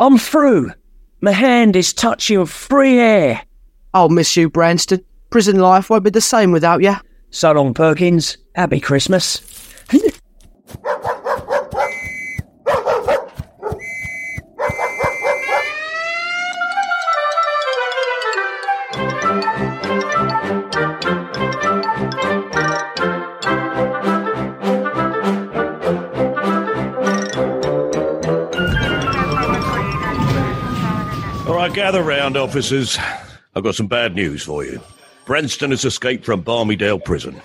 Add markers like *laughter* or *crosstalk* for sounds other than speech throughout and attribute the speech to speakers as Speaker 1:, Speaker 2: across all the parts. Speaker 1: I'm through. My hand is touching free air.
Speaker 2: I'll miss you, Branston. Prison life won't be the same without you.
Speaker 1: So long, Perkins. Happy Christmas.
Speaker 3: All right, gather round, officers. I've got some bad news for you. Branston has escaped from Barmydale Prison.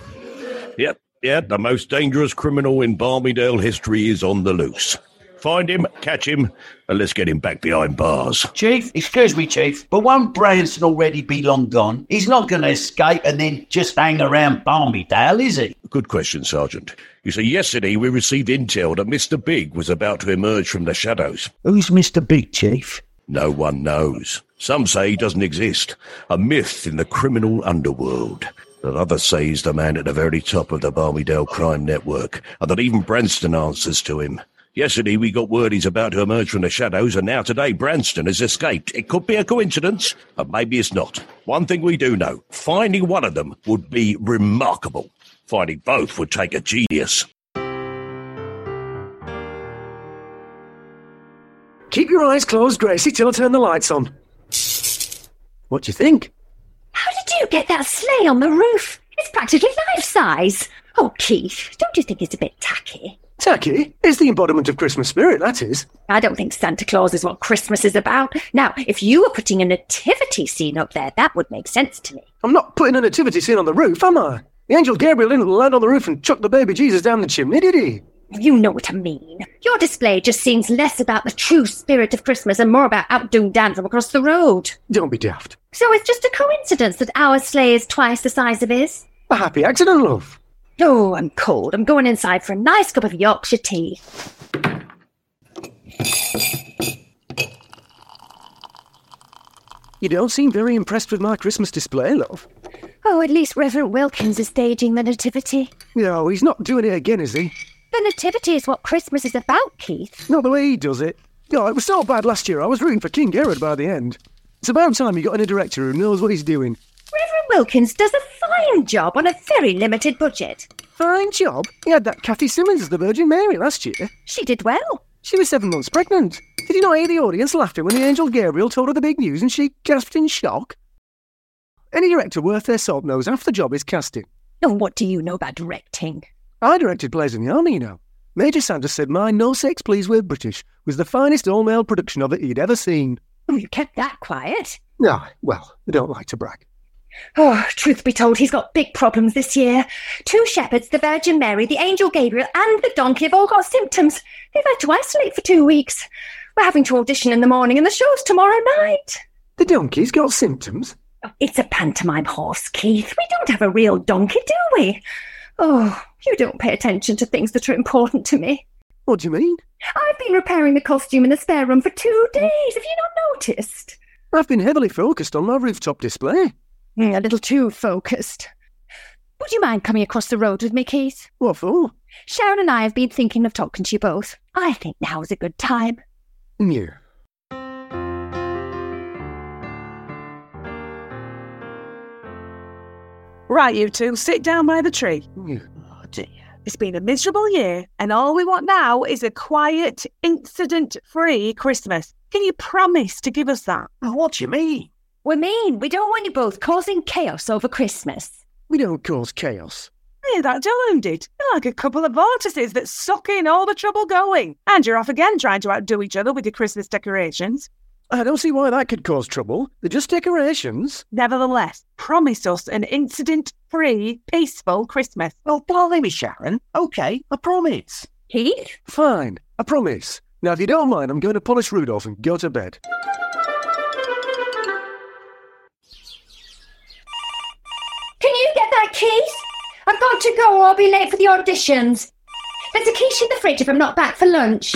Speaker 3: Yep, yep, the most dangerous criminal in Barmydale history is on the loose. Find him, catch him, and let's get him back behind bars.
Speaker 4: Chief, excuse me, Chief, but won't Branson already be long gone? He's not going to escape and then just hang around Barmydale, is he?
Speaker 3: Good question, Sergeant. You see, yesterday we received intel that Mr. Big was about to emerge from the shadows.
Speaker 4: Who's Mr. Big, Chief?
Speaker 3: No one knows. Some say he doesn't exist, a myth in the criminal underworld. But others say he's the man at the very top of the Barmydale crime network, and that even Branston answers to him. Yesterday we got word he's about to emerge from the shadows, and now today Branston has escaped. It could be a coincidence, but maybe it's not. One thing we do know, finding one of them would be remarkable. Finding both would take a genius.
Speaker 5: Keep your eyes closed, Gracie, till I turn the lights on. What do you think?
Speaker 6: How did you get that sleigh on the roof? It's practically life size. Oh, Keith, don't you think it's a bit tacky?
Speaker 5: Tacky is the embodiment of Christmas spirit, that is.
Speaker 6: I don't think Santa Claus is what Christmas is about. Now, if you were putting a nativity scene up there, that would make sense to me.
Speaker 5: I'm not putting a nativity scene on the roof, am I? The angel Gabriel didn't land on the roof and chuck the baby Jesus down the chimney, did he?
Speaker 6: You know what I mean. Your display just seems less about the true spirit of Christmas and more about outdoing Dan from across the road.
Speaker 5: Don't be daft.
Speaker 6: So it's just a coincidence that our sleigh is twice the size of his?
Speaker 5: A happy accident, love.
Speaker 6: Oh, I'm cold. I'm going inside for a nice cup of Yorkshire tea.
Speaker 5: You don't seem very impressed with my Christmas display, love.
Speaker 6: Oh, at least Reverend Wilkins is staging the nativity.
Speaker 5: No, he's not doing it again, is he?
Speaker 6: The nativity is what Christmas is about, Keith.
Speaker 5: Not the way he does it. No, it was so bad last year, I was rooting for King Herod by the end. It's about time you got in a director who knows what he's doing.
Speaker 6: Reverend Wilkins does a fine job on a very limited budget.
Speaker 5: Fine job. He had that Kathy Simmons as the Virgin Mary last year.
Speaker 6: She did well.
Speaker 5: She was seven months pregnant. Did you not hear the audience laughing when the angel Gabriel told her the big news and she gasped in shock? Any director worth their salt knows half the job is casting.
Speaker 6: Oh, what do you know about directing?
Speaker 5: I directed plays in the army, you know. Major Sanders said my No Sex Please We're British was the finest all-male production of it he'd ever seen.
Speaker 6: Oh, you kept that quiet.
Speaker 5: Ah, well, I don't like to brag.
Speaker 6: Oh, truth be told, he's got big problems this year. Two shepherds, the Virgin Mary, the Angel Gabriel, and the donkey have all got symptoms. They've had to isolate for two weeks. We're having to audition in the morning, and the show's tomorrow night.
Speaker 5: The donkey's got symptoms.
Speaker 6: Oh, It's a pantomime horse, Keith. We don't have a real donkey, do we? Oh, you don't pay attention to things that are important to me.
Speaker 5: What do you mean?
Speaker 6: I've been repairing the costume in the spare room for two days. Have you not noticed?
Speaker 5: I've been heavily focused on my rooftop display.
Speaker 6: Mm, A little too focused. Would you mind coming across the road with me, Keith?
Speaker 5: What for?
Speaker 6: Sharon and I have been thinking of talking to you both. I think now is a good time.
Speaker 5: Yeah.
Speaker 7: Right, you two, sit down by the tree.
Speaker 4: Oh, dear.
Speaker 7: It's been a miserable year, and all we want now is a quiet, incident free Christmas. Can you promise to give us that?
Speaker 4: Oh, What do you mean?
Speaker 6: We're mean. We don't want you both causing chaos over Christmas.
Speaker 5: We don't cause chaos.
Speaker 7: Hear that, Dylan did. You're like a couple of vortices that suck in all the trouble going. And you're off again trying to outdo each other with your Christmas decorations.
Speaker 5: I don't see why that could cause trouble. They're just decorations.
Speaker 7: Nevertheless, promise us an incident free, peaceful Christmas.
Speaker 4: Well, blimey, Sharon. Okay, I promise.
Speaker 6: Heath?
Speaker 5: Fine, I promise. Now, if you don't mind, I'm going to polish Rudolph and go to bed.
Speaker 6: Can you get that, Keith? I've got to go or I'll be late for the auditions. There's a quiche in the fridge if I'm not back for lunch.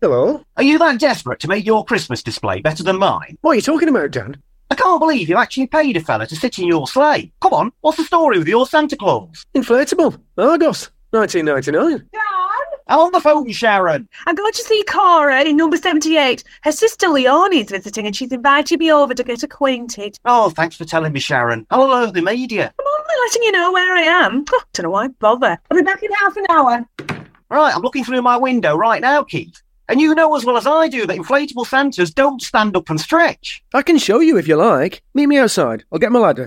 Speaker 5: Hello?
Speaker 4: Are you that desperate to make your Christmas display better than mine?
Speaker 5: What are you talking about, Dan?
Speaker 4: I can't believe you actually paid a fella to sit in your sleigh. Come on, what's the story with your Santa Claus?
Speaker 5: Inflatable. Argos. 1999.
Speaker 4: I'm on the phone, Sharon.
Speaker 7: I'm going to see Cora in number 78. Her sister Leonie is visiting and she's invited me over to get acquainted.
Speaker 4: Oh, thanks for telling me, Sharon. I'll alert the media.
Speaker 7: I'm only letting you know where I am. Oh, don't know why bother. I'll be back in half an hour.
Speaker 4: Right, I'm looking through my window right now, Keith. And you know as well as I do that inflatable Santas don't stand up and stretch.
Speaker 5: I can show you if you like. Meet me outside. I'll get my ladder.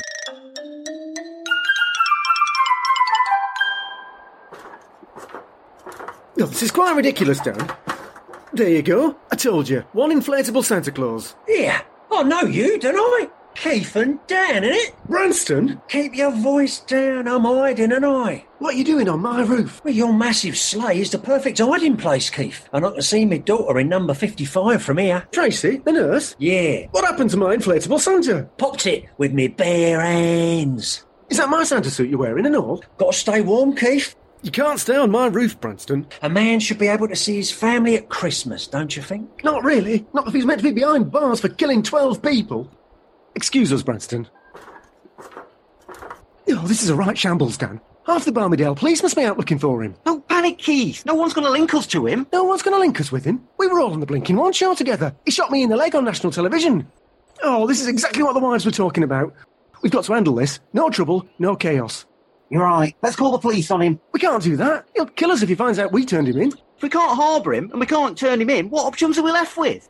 Speaker 5: Oh, this is quite ridiculous, Dan. There you go. I told you. One inflatable Santa Claus.
Speaker 8: Yeah, I know you, don't I? Keith and Dan, innit?
Speaker 5: Branston?
Speaker 8: Keep your voice down, I'm hiding, and I.
Speaker 5: What are you doing on my roof?
Speaker 8: Well, your massive sleigh is the perfect hiding place, Keith. And I can see my daughter in number 55 from here.
Speaker 5: Tracy, the nurse?
Speaker 8: Yeah,
Speaker 5: What happened to my inflatable Santa?
Speaker 8: popped it with me bare hands.
Speaker 5: Is that my Santa suit you're wearing and all?
Speaker 8: Gotta stay warm, Keith.
Speaker 5: You can't stay on my roof, Branston.
Speaker 8: A man should be able to see his family at Christmas, don't you think?
Speaker 5: Not really. Not if he's meant to be behind bars for killing 12 people. Excuse us, Branston. Oh, this is a right shambles, Dan. Half the Barmydale police must be out looking for him.
Speaker 4: Don't panic, Keith. No one's going to link us to him.
Speaker 5: No one's going to link us with him. We were all on the blinking one show together. He shot me in the leg on national television. Oh, this is exactly what the wives were talking about. We've got to handle this. No trouble, no chaos.
Speaker 4: You're right. Let's call the police on him.
Speaker 5: We can't do that. He'll kill us if he finds out we turned him in.
Speaker 4: If we can't harbour him and we can't turn him in, what options are we left with?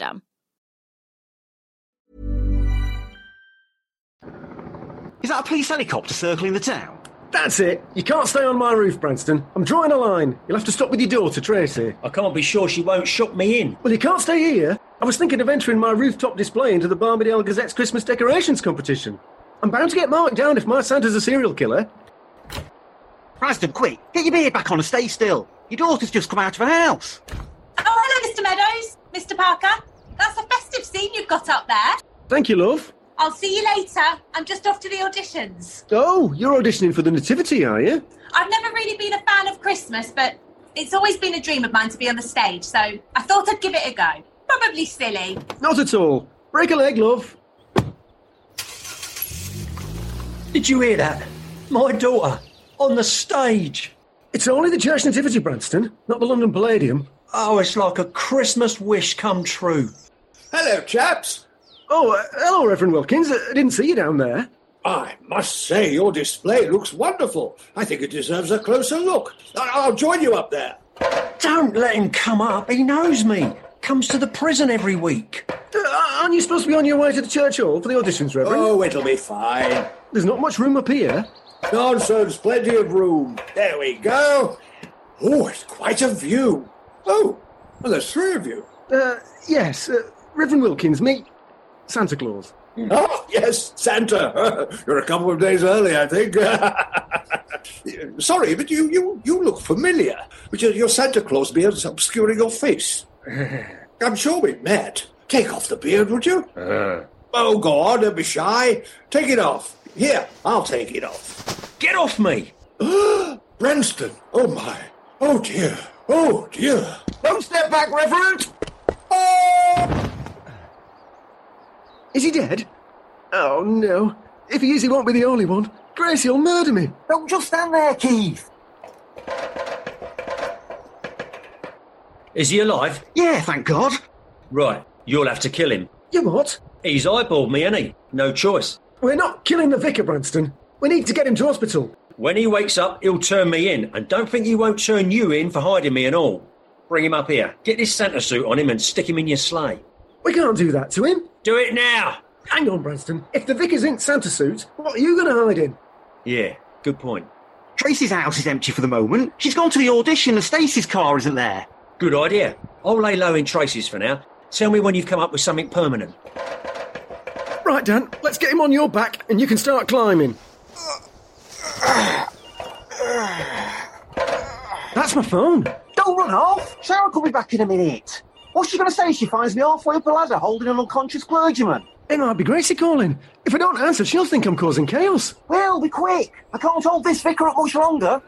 Speaker 4: Is that a police helicopter circling the town?
Speaker 5: That's it. You can't stay on my roof, Branston. I'm drawing a line. You'll have to stop with your daughter, Tracy.
Speaker 8: I can't be sure she won't shut me in.
Speaker 5: Well, you can't stay here. I was thinking of entering my rooftop display into the Barmydale Gazette's Christmas decorations competition. I'm bound to get marked down if my Santa's a serial killer.
Speaker 4: Preston, quick, get your beard back on and stay still. Your daughter's just come out of her house.
Speaker 9: Oh, hello, Mr. Meadows, Mr. Parker. That's a festive scene you've got up there.
Speaker 5: Thank you, love.
Speaker 9: I'll see you later. I'm just off to the auditions.
Speaker 5: Oh, you're auditioning for the Nativity, are you?
Speaker 9: I've never really been a fan of Christmas, but it's always been a dream of mine to be on the stage, so I thought I'd give it a go. Probably silly.
Speaker 5: Not at all. Break a leg, love.
Speaker 8: Did you hear that? My daughter on the stage.
Speaker 5: It's only the Church Nativity, Branston, not the London Palladium.
Speaker 8: Oh, it's like a Christmas wish come true.
Speaker 10: Hello, chaps.
Speaker 5: Oh, uh, hello, Reverend Wilkins. Uh, I didn't see you down there.
Speaker 10: I must say, your display looks wonderful. I think it deserves a closer look. I- I'll join you up there.
Speaker 8: Don't let him come up. He knows me. Comes to the prison every week.
Speaker 5: Uh, aren't you supposed to be on your way to the church hall for the auditions, Reverend?
Speaker 10: Oh, it'll be fine.
Speaker 5: There's not much room up here.
Speaker 10: Nonsense, plenty of room. There we go. Oh, it's quite a view. Oh, well, there's three of you.
Speaker 5: Uh, yes, uh, Reverend Wilkins, me. Santa Claus.
Speaker 3: Oh, yes, Santa. *laughs* You're a couple of days early, I think. *laughs* Sorry, but you, you, you look familiar. But your, your Santa Claus beard's obscuring your *laughs* face. I'm sure we met. Take off the beard, would you? Oh, go on, don't be shy. Take it off. Here, I'll take it off. Get off *gasps* me! Branston! Oh, my. Oh, dear. Oh, dear. Don't step back, Reverend!
Speaker 5: Is he dead? Oh no. If he is, he won't be the only one. Gracie'll murder me. Don't just stand there, Keith.
Speaker 11: Is he alive? Yeah, thank God. Right, you'll have to kill him.
Speaker 5: You what?
Speaker 11: He's eyeballed me, ain't he? No choice.
Speaker 5: We're not killing the vicar, Branston. We need to get him to hospital.
Speaker 11: When he wakes up, he'll turn me in, and don't think he won't turn you in for hiding me and all. Bring him up here. Get this Santa suit on him and stick him in your sleigh.
Speaker 5: We can't do that to him.
Speaker 11: Do it now!
Speaker 5: Hang on, Branston. If the vicar's in Santa suit, what are you going to hide in?
Speaker 11: Yeah, good point.
Speaker 4: Tracy's house is empty for the moment. She's gone to the audition and Stacey's car isn't there.
Speaker 11: Good idea. I'll lay low in Tracy's for now. Tell me when you've come up with something permanent.
Speaker 5: Right, Dan. Let's get him on your back, and you can start climbing. That's my phone.
Speaker 4: Don't run off. Sarah could be back in a minute. What's she going to say if she finds me halfway up a ladder holding an unconscious clergyman?
Speaker 5: It might be Gracie calling. If I don't answer, she'll think I'm causing chaos.
Speaker 4: Well, be quick. I can't hold this vicar up much longer.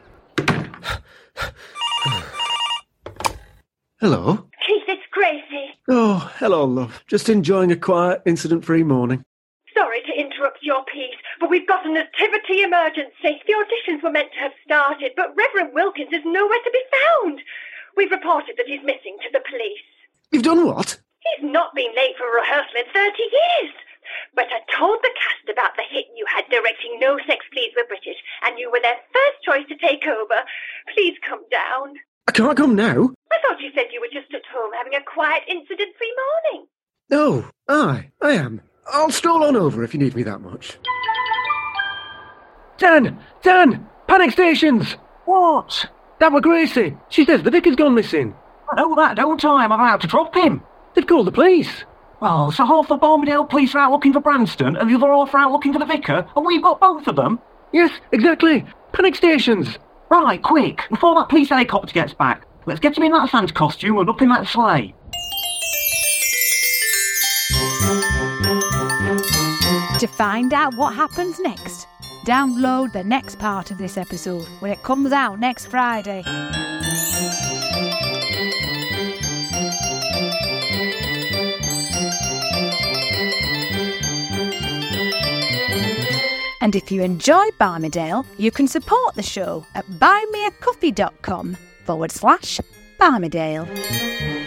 Speaker 5: Hello.
Speaker 9: Keith, it's Gracie.
Speaker 5: Oh, hello, love. Just enjoying a quiet, incident-free morning.
Speaker 9: Sorry to interrupt your piece, but we've got a nativity emergency. The auditions were meant to have started, but Reverend Wilkins is nowhere to be found. We've reported that he's missing to the police.
Speaker 5: You've done what?
Speaker 9: He's not been late for rehearsal in 30 years. But I told the cast about the hit you had directing No Sex Please We're British, and you were their first choice to take over. Please come down.
Speaker 5: I can't come now.
Speaker 9: I thought you said you were just at home having a quiet incident-free morning.
Speaker 5: No, I, I am. I'll stroll on over if you need me that much. Dan, Dan, panic stations. What? That were Gracie. She says the vicar's gone missing.
Speaker 12: I know that, don't I? I'm allowed to drop him.
Speaker 5: They've called the police.
Speaker 12: Well, so half the Barmdale police are out looking for Branston and the other half are out looking for the vicar, and we've got both of them.
Speaker 5: Yes, exactly. Panic stations.
Speaker 12: Right, quick, before that police helicopter gets back, let's get him in that Santa costume and up in that sleigh.
Speaker 7: To find out what happens next, download the next part of this episode when it comes out next Friday. And if you enjoy Barmydale, you can support the show at buymeacoffee.com forward slash Barmydale.